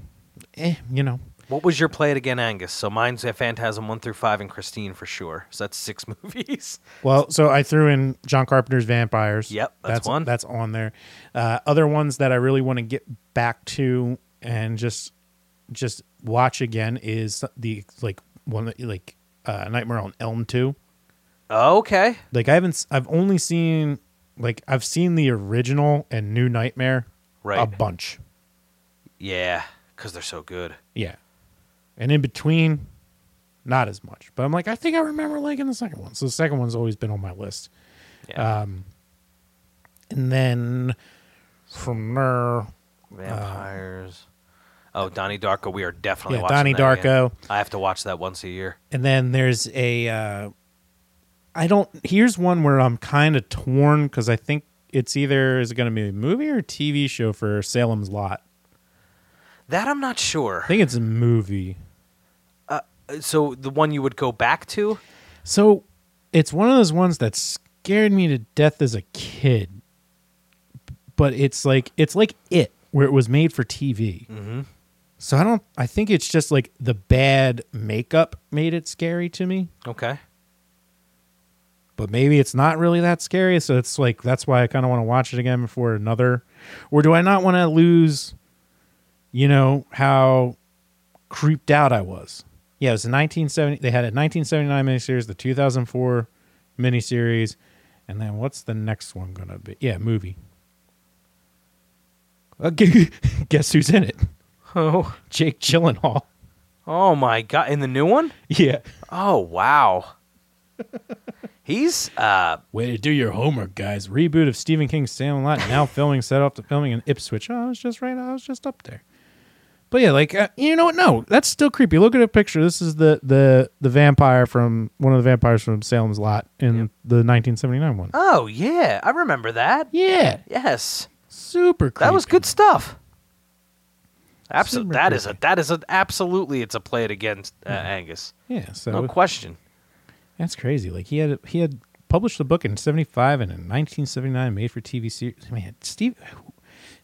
Speaker 1: eh, you know,
Speaker 2: What was your play it again, Angus? So mine's a Phantasm one through five and Christine for sure. So that's six [LAUGHS] movies.
Speaker 1: Well, so I threw in John Carpenter's Vampires.
Speaker 2: Yep, that's one.
Speaker 1: That's on there. Uh, other ones that I really want to get back to and just just watch again is the like one that- like uh, Nightmare on Elm two.
Speaker 2: Okay.
Speaker 1: Like I haven't, s- I've only seen like I've seen the original and New Nightmare a
Speaker 2: Right.
Speaker 1: bunch.
Speaker 2: Yeah, because they're so good.
Speaker 1: Yeah, and in between, not as much. But I'm like, I think I remember liking the second one. So the second one's always been on my list.
Speaker 2: Yeah.
Speaker 1: Um, And then from there,
Speaker 2: Oh, Vampires. oh, Donnie Darko. We are definitely
Speaker 1: yeah,
Speaker 2: watching
Speaker 1: Donnie
Speaker 2: that again.
Speaker 1: Darko.
Speaker 2: I have to watch that once a year.
Speaker 1: And then there's a, uh, I don't. Here's one where I'm kind of torn because I think it's either is it going to be a movie or a TV show for Salem's Lot.
Speaker 2: That I'm not sure.
Speaker 1: I think it's a movie.
Speaker 2: So the one you would go back to?
Speaker 1: So it's one of those ones that scared me to death as a kid. But it's like it's like it where it was made for TV.
Speaker 2: Mhm.
Speaker 1: So I don't. I think it's just like the bad makeup made it scary to me.
Speaker 2: Okay.
Speaker 1: but maybe it's not really that scary. So it's like that's why I kind of want to watch it again before another. Or do I not want to lose, you know, how creeped out I was? Yeah, it was a 1970. They had a 1979 miniseries, the 2004 miniseries, and then what's the next one gonna be? Yeah, movie. Uh, [LAUGHS] gu- Guess who's in it?
Speaker 2: Oh.
Speaker 1: Jake Gyllenhaal. [LAUGHS]
Speaker 2: Oh my god, in the new one?
Speaker 1: Yeah. [LAUGHS]
Speaker 2: Oh wow. He's uh
Speaker 1: Way to do your homework, guys. Reboot of Stephen King's Salem Lot
Speaker 2: [LAUGHS]
Speaker 1: now filming set off to filming in Ipswich. Oh, I was just right. I was just up there. But yeah, like uh, you know what? No, that's still creepy. Look at a picture. This is the the the vampire from one of the vampires from Salem's Lot in the 1979 one.
Speaker 2: Oh yeah, I remember that.
Speaker 1: Yeah,
Speaker 2: Yes.
Speaker 1: super creepy.
Speaker 2: That was good stuff.
Speaker 1: Super
Speaker 2: Absolutely. That is a
Speaker 1: creepy. Hmm.
Speaker 2: that is a absolutely it's a play it against uh, Angus.
Speaker 1: Yeah, so
Speaker 2: No question.
Speaker 1: that's crazy. Like he had he had published the book in 75 and in 1979 made for TV series. Man, Steve,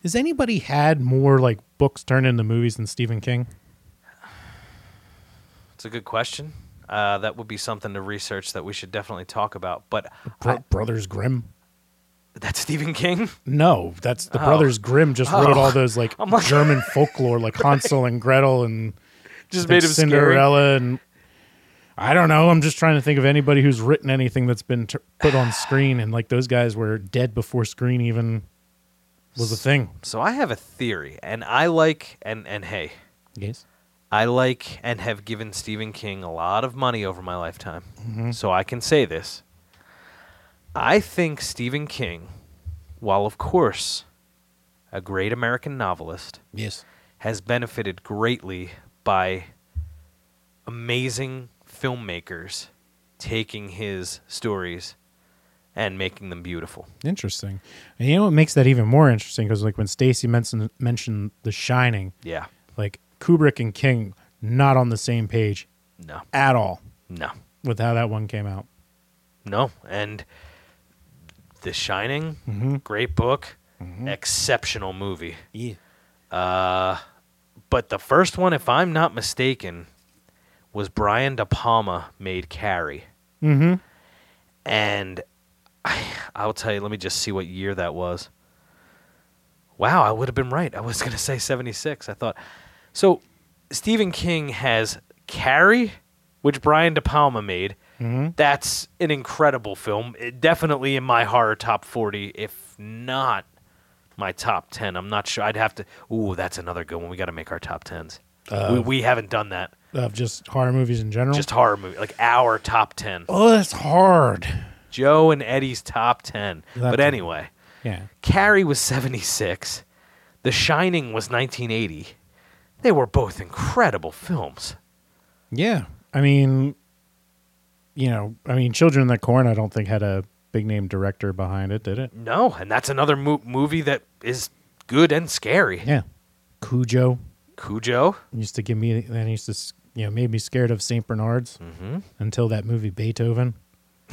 Speaker 1: has anybody had more like books turned into movies than Stephen King?
Speaker 2: It's a good question. Uh, that would be something to research that we should definitely talk about. But
Speaker 1: Bro- Brothers Grimm.
Speaker 2: that's Stephen King. [LAUGHS]
Speaker 1: No, that's the
Speaker 2: Oh.
Speaker 1: Brothers Grimm just wrote all those like
Speaker 2: [LAUGHS] I'm like-
Speaker 1: German folklore,
Speaker 2: [LAUGHS]
Speaker 1: like Hansel and Gretel and,
Speaker 2: Just
Speaker 1: and
Speaker 2: made him scary.
Speaker 1: Cinderella and I don't know. I'm just trying to think of anybody who's written anything that's been t- put on screen, and like those guys were dead before screen even was a thing.
Speaker 2: So I have a theory, and I like and and hey,
Speaker 1: Yes.
Speaker 2: I like and have given Stephen King a lot of money over my lifetime. So I can say this. I think Stephen King, while of course a great American novelist,
Speaker 1: Yes.
Speaker 2: has benefited greatly by amazing filmmakers taking his stories and making them beautiful.
Speaker 1: Interesting. And you know what makes that even more interesting? Because like when Stacy mentioned mentioned The Shining,
Speaker 2: Yeah.
Speaker 1: like Kubrick and King not on the same page
Speaker 2: No.
Speaker 1: at all
Speaker 2: No.
Speaker 1: with how that one came out.
Speaker 2: No, and The Shining, great book, exceptional movie.
Speaker 1: Mm-hmm.
Speaker 2: Uh,
Speaker 1: Yeah.
Speaker 2: But the first one, if I'm not mistaken, was Brian De Palma made Carrie,
Speaker 1: Mm-hmm.
Speaker 2: and I, I'll tell you. Let me just see what year that was. Wow, I would have been right. I was gonna say '76. I thought so. Stephen King has Carrie, which Brian De Palma made.
Speaker 1: Mm-hmm.
Speaker 2: That's an incredible film. It- definitely in my horror top 40, if not my top 10. I'm not sure. I'd have to. Ooh, that's another good one. We got to make our top 10s.
Speaker 1: Uh,
Speaker 2: we, we haven't done that.
Speaker 1: of just horror movies in general.
Speaker 2: Just horror movie, like our top 10.
Speaker 1: oh, that's hard.
Speaker 2: Joe and Eddie's top 10.
Speaker 1: That-
Speaker 2: but anyway,
Speaker 1: Yeah,
Speaker 2: Carrie was 76. The Shining was 1980. They were both incredible films.
Speaker 1: Yeah. I mean, you know, I mean, Children in the Corn, I don't think had a big name director behind it, did it?
Speaker 2: No, and that's another mo- movie that is good and scary.
Speaker 1: Yeah. Cujo
Speaker 2: Cujo.
Speaker 1: used to give me, that used to, s- you know, made me scared of St. Bernard's
Speaker 2: Mm-hmm.
Speaker 1: until that movie Beethoven.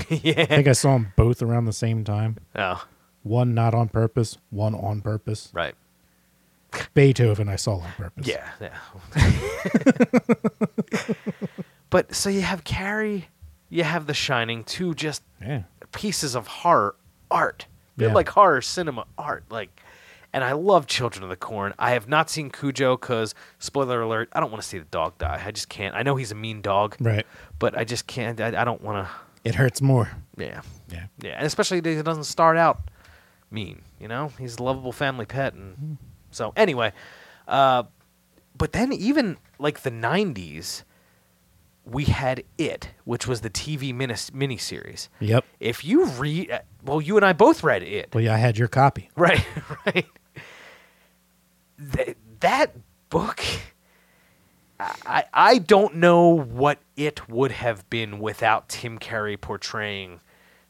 Speaker 1: I
Speaker 2: [LAUGHS] yeah.
Speaker 1: think I saw them both around the same time.
Speaker 2: Oh,
Speaker 1: One not on purpose, one on purpose.
Speaker 2: right.
Speaker 1: Beethoven I saw on purpose.
Speaker 2: Yeah. Yeah. but so you have Carrie, you have The Shining, two just
Speaker 1: Yeah.
Speaker 2: pieces of horror art. Bit
Speaker 1: Yeah.
Speaker 2: like horror cinema art. Like and I love Children of the Corn. I have not seen Cujo because, spoiler alert, I don't want to see the dog die. I just can't. I know he's a mean dog,
Speaker 1: Right.
Speaker 2: but I just can't. I, I don't want
Speaker 1: It hurts more.
Speaker 2: to. Yeah.
Speaker 1: Yeah.
Speaker 2: Yeah, and especially that he doesn't start out mean. You know, he's a lovable family pet,
Speaker 1: Hmm.
Speaker 2: and so anyway. Uh, but then even like the '90s, we had it, which was the TV mini miniseries.
Speaker 1: Yep.
Speaker 2: If you read, uh, well, you and I both read it. [LAUGHS]
Speaker 1: Well, yeah, I had your copy.
Speaker 2: Right, right. Th- that book, I, I I don't know what it would have been without Tim Curry portraying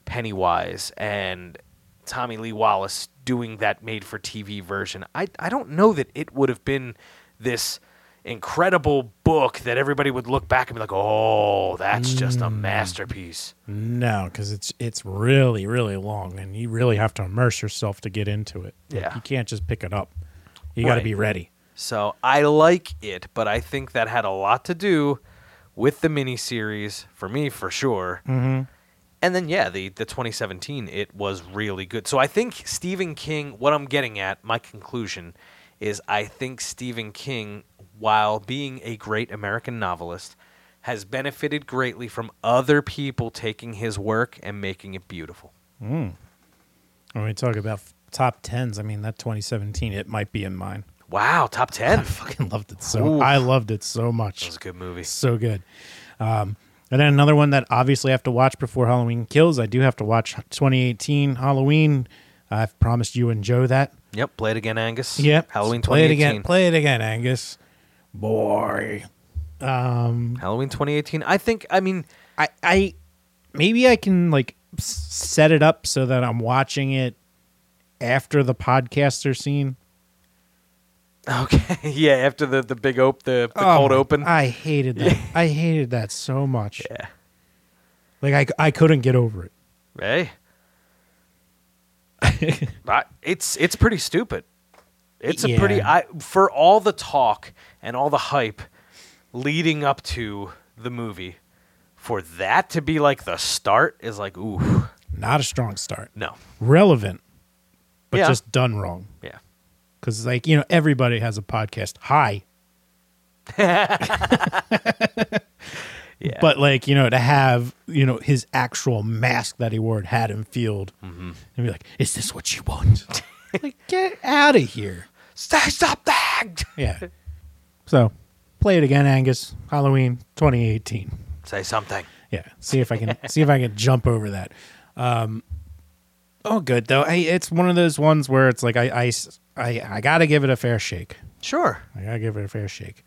Speaker 2: Pennywise and Tommy Lee Wallace doing that made for TV version. I, I don't know that it would have been this incredible book that everybody would look back and be like, oh, that's just a masterpiece.
Speaker 1: No, because it's it's really really long, and you really have to immerse yourself to get into it. Like,
Speaker 2: Yeah.
Speaker 1: you can't just pick it up. You got to
Speaker 2: Right.
Speaker 1: be ready.
Speaker 2: So I like it, but I think that had a lot to do with the miniseries for me, for sure.
Speaker 1: Mm-hmm.
Speaker 2: And then yeah, the the 2017 it was really good. So I think Stephen King. What I'm getting at, my conclusion, is I think Stephen King, while being a great American novelist, has benefited greatly from other people taking his work and making it beautiful.
Speaker 1: When we talk about f- top tens, I mean that 2017, it might be in mine. [LAUGHS]
Speaker 2: Wow, top ten.
Speaker 1: I fucking loved it so.
Speaker 2: Ooh.
Speaker 1: I loved it so
Speaker 2: That
Speaker 1: much.
Speaker 2: was a good movie.
Speaker 1: So good. Um, and then another one that obviously I have to watch before Halloween kills. I do have to watch 2018 Halloween. I've promised you and Joe that.
Speaker 2: Yep, play it again, Angus.
Speaker 1: Yep.
Speaker 2: Halloween
Speaker 1: Play it
Speaker 2: 2018.
Speaker 1: again. Play it again, Angus. Boy.
Speaker 2: Halloween 2018. I think. I mean. [LAUGHS]
Speaker 1: I, I maybe I can like s- set it up so that I'm watching it after the podcaster scene.
Speaker 2: Okay. Yeah, after the the big op the, the
Speaker 1: Oh
Speaker 2: cold
Speaker 1: my-
Speaker 2: open.
Speaker 1: I hated
Speaker 2: [LAUGHS]
Speaker 1: that. I hated that so much.
Speaker 2: yeah.
Speaker 1: Like I, I couldn't get over it. [LAUGHS]
Speaker 2: Hey. I- it's it's pretty stupid. It's a pretty
Speaker 1: Yeah.
Speaker 2: I for all the talk and all the hype leading up to the movie for that to be like the start is like ooh.
Speaker 1: Not a strong start.
Speaker 2: No.
Speaker 1: Relevant, but
Speaker 2: Yeah.
Speaker 1: just done wrong.
Speaker 2: Yeah.
Speaker 1: Because like you know everybody has a podcast. Hi,
Speaker 2: Yeah.
Speaker 1: but like you know to have you know his actual mask that he wore at Haddonfield,
Speaker 2: Mm-hmm.
Speaker 1: and be like, is this what you
Speaker 2: [LAUGHS]
Speaker 1: want? like get out of here.
Speaker 2: Stop stop that.
Speaker 1: Yeah. [LAUGHS] So play it again, Angus. Halloween 2018.
Speaker 2: Say something.
Speaker 1: Yeah. See if I can see if I can jump over that. Um, oh, good though. I, it's one of those ones where it's like I I s- I, I gotta give it a fair shake.
Speaker 2: Sure.
Speaker 1: I gotta give it a fair shake.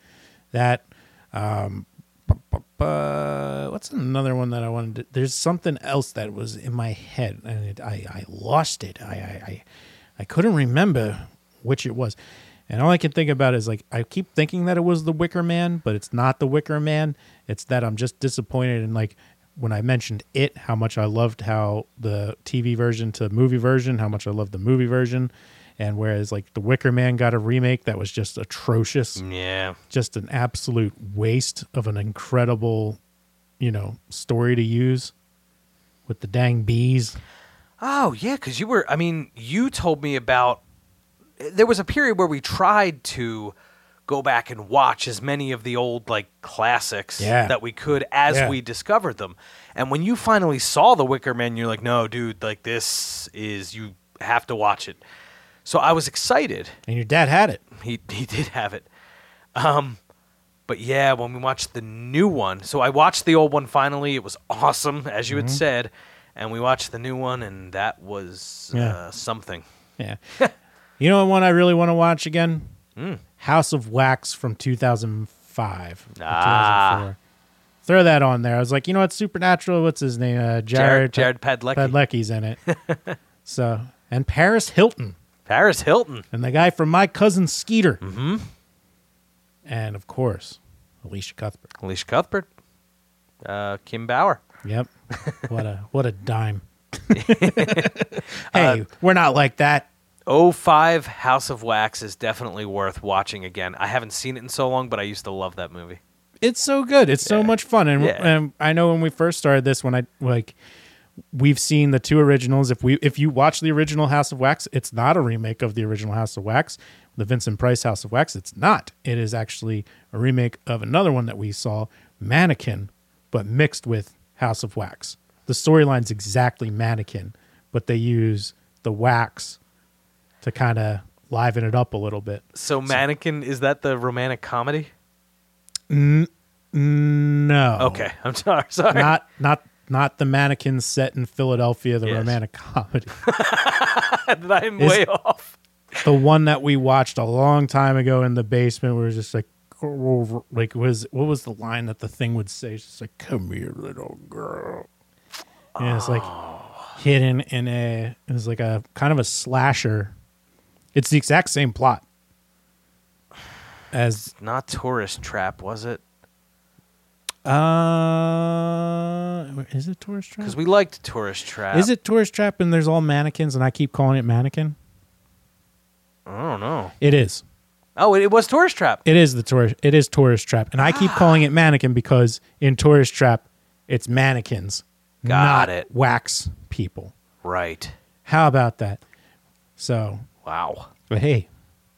Speaker 1: That. Um, bu- bu- bu- what's another one that I wanted? To, there's something else that was in my head, and it, I I lost it. I, I I I couldn't remember which it was, and all I can think about is like I keep thinking that it was the Wicker Man, but it's not the Wicker Man. It's that I'm just disappointed in like. When I mentioned it, how much I loved how the TV version to movie version, how much I loved the movie version, and whereas like the Wicker Man got a remake that was just
Speaker 2: Mm-hmm.
Speaker 1: atrocious,
Speaker 2: Yeah.
Speaker 1: just an absolute waste of an incredible, you know, story to use with the dang bees.
Speaker 2: Oh yeah, because you were. I mean, you told me about. There was a period where we tried to go back and watch as many of the old like classics
Speaker 1: Yeah.
Speaker 2: that we could as
Speaker 1: Yeah.
Speaker 2: we discovered them. And when you finally saw The Wicker Man, you're like, "No, dude, like this is you have to watch it." So I was excited.
Speaker 1: And your dad had it.
Speaker 2: He [LAUGHS] he did have it. Um but yeah, when we watched the new one, so I watched the old one finally. It was awesome, as you had said, and we watched the new one, and that was
Speaker 1: Yeah.
Speaker 2: uh, something. [LAUGHS] Hmm.
Speaker 1: Yeah. you know what one I really want to watch again? House of Wax from 2005. or
Speaker 2: Ah.
Speaker 1: 2004. Throw that on there. I was like, you know what? Supernatural, what's his name? Uh, Jared,
Speaker 2: Jared, Jared Padalecki.
Speaker 1: Padalecki's in
Speaker 2: [LAUGHS]
Speaker 1: it. so, and Paris Hilton
Speaker 2: Paris Hilton.
Speaker 1: and the guy from My Cousin Skeeter. Mm-hmm. And of course, Alicia Cuthbert.
Speaker 2: Alicia Cuthbert. Uh, Kim Bauer.
Speaker 1: Yep. what a what a dime. hey, we're not like that.
Speaker 2: 05 House of Wax is definitely worth watching again. I haven't seen it in so long, but I used to love that movie.
Speaker 1: It's so good. It's so much fun. And,
Speaker 2: Yeah.
Speaker 1: and I know when we first started this, when I like, we've seen the two originals. If we if you watch the original House of Wax, it's not a remake of the original House of Wax, the Vincent Price House of Wax. It's not. It is actually a remake of another one that we saw, Mannequin, but mixed with House of Wax. The storyline's exactly Mannequin, but they use the wax to kind of liven it up a little bit.
Speaker 2: So, Mannequin, is that the romantic comedy?
Speaker 1: No.
Speaker 2: Okay, [LAUGHS] I'm sorry.
Speaker 1: [LAUGHS]
Speaker 2: sorry.
Speaker 1: not not not the mannequin set in Philadelphia, the
Speaker 2: Yes.
Speaker 1: romantic comedy.
Speaker 2: [LAUGHS] I'm
Speaker 1: Is-
Speaker 2: way off.
Speaker 1: the one that we watched a long time ago in the basement, where it was just like like was what was the line that the thing would say? It's just like, "Come here, little girl," and it's like
Speaker 2: Oh.
Speaker 1: hidden in a it was like a kind of a slasher. It's the exact same plot as
Speaker 2: Not Tourist Trap, was it?
Speaker 1: uh, is it Tourist Trap?
Speaker 2: Because we liked Tourist Trap.
Speaker 1: Is it Tourist Trap and there's all mannequins and I keep calling it mannequin?
Speaker 2: I don't know.
Speaker 1: It is.
Speaker 2: Oh, it, it was Tourist Trap.
Speaker 1: It is the tourist. It is tourist trap, and I
Speaker 2: Ah.
Speaker 1: keep calling it mannequin because in tourist trap, it's mannequins, not
Speaker 2: Got it.
Speaker 1: wax people.
Speaker 2: right.
Speaker 1: How about that? So,
Speaker 2: Wow.
Speaker 1: but hey,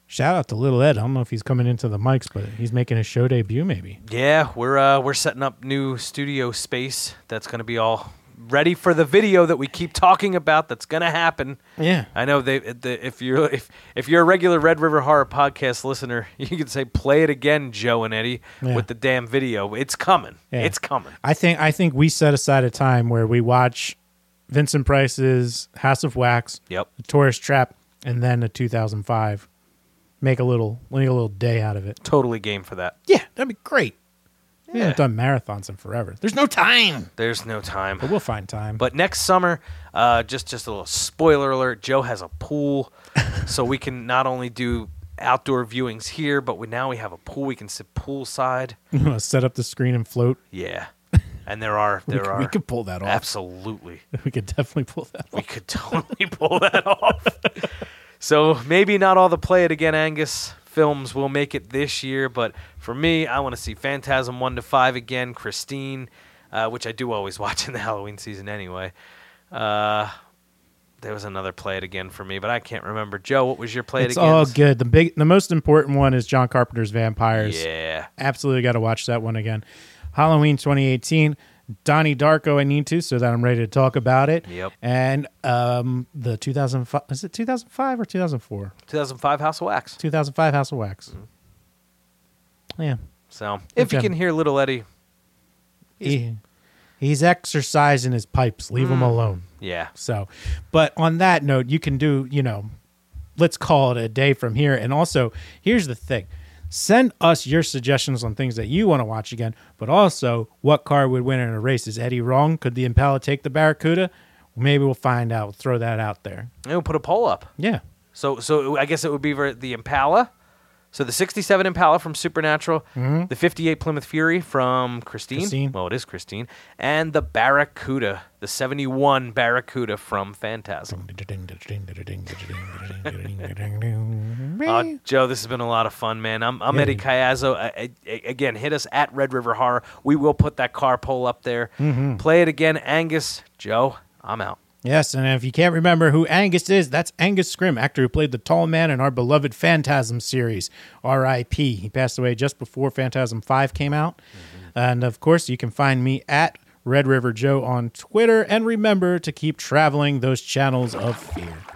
Speaker 1: shout out to Little Ed. I don't know if he's coming into the mics, but he's making his show debut. Maybe
Speaker 2: Yeah, we're uh, we're setting up new studio space that's going to be all ready for the video that we keep talking about. That's going to happen.
Speaker 1: Yeah.
Speaker 2: I know they. The, if you're if if you're a regular Red River Horror podcast listener, [LAUGHS] you can say play it again, Joe and Eddie,
Speaker 1: Yeah.
Speaker 2: with the damn video. It's coming.
Speaker 1: Yeah.
Speaker 2: It's coming.
Speaker 1: I think I think we set aside a time where we watch Vincent Price's House of Wax,
Speaker 2: Yep.
Speaker 1: the Tourist Trap, and then the 2005. Make a little make a little day out of it.
Speaker 2: Totally game for that.
Speaker 1: Yeah, that'd be great. We
Speaker 2: Yeah.
Speaker 1: haven't done marathons in forever. There's no time,
Speaker 2: There's no time.
Speaker 1: but we'll find time.
Speaker 2: But next summer, uh, just just a little spoiler alert: Joe has a
Speaker 1: [LAUGHS]
Speaker 2: pool, so we can not only do outdoor viewings here, but we now we have a pool. We can sit poolside.
Speaker 1: You wanna set up the screen and float.
Speaker 2: Yeah, and there are
Speaker 1: We
Speaker 2: there
Speaker 1: could-
Speaker 2: are
Speaker 1: we could pull that off.
Speaker 2: absolutely
Speaker 1: [LAUGHS] We could definitely pull that off.
Speaker 2: we could [LAUGHS] totally pull that off. So maybe not all the play it again, Angus films will make it this year, but for me, I want to see Phantasm one to five again, Christine, uh, which I do always [LAUGHS] watch in the Halloween season anyway. Uh, there was another play it again for me, but I can't remember. Joe, what was your play
Speaker 1: it's
Speaker 2: it again?
Speaker 1: all good. The big, the most important one is John Carpenter's Vampires.
Speaker 2: Yeah,
Speaker 1: Absolutely got to watch that one again. Halloween 2018. Donnie Darko, I need to so that I'm ready to talk about it.
Speaker 2: Yep.
Speaker 1: And um, the 2005 is it 2005 or 2004?
Speaker 2: 2005 House of Wax.
Speaker 1: 2005 House of Wax.
Speaker 2: Mm-hmm.
Speaker 1: Yeah.
Speaker 2: So if you
Speaker 1: Okay.
Speaker 2: can hear Little Eddie,
Speaker 1: He, he's exercising his pipes. Leave him alone.
Speaker 2: yeah,
Speaker 1: So, but on that note, you can do, you know, let's call it a day from here. And also, here's the thing send us your suggestions on things that you want to watch again, but also what car would win in a race. Is Eddie wrong? Could the Impala take the Barracuda? Maybe we'll find out. We'll throw that out there.
Speaker 2: and we'll put a poll up.
Speaker 1: Yeah.
Speaker 2: So, so I guess it would be ver- the Impala. So the '67 Impala from Supernatural, the '58 Plymouth Fury from Christine.
Speaker 1: Mm-hmm. Christine.
Speaker 2: Well, it is Christine, and the Barracuda, the '71 Barracuda from Phantasm. Uh, Joe, this has been a lot of fun, man. I'm, I'm
Speaker 1: Yeah.
Speaker 2: Eddie Caiazzo. I, I, again, hit us at Red River Horror. We will put that car poll up there.
Speaker 1: Mm-hmm.
Speaker 2: Play it again, Angus. Joe, I'm out.
Speaker 1: Yes, and if you can't remember who Angus is, that's Angus Scrim, actor who played the tall man in our beloved Phantasm series. R.I.P. He passed away just before Phantasm 5 came out. And of course, you can find me at Red River Joe on Twitter. And remember to keep traveling those channels of fear.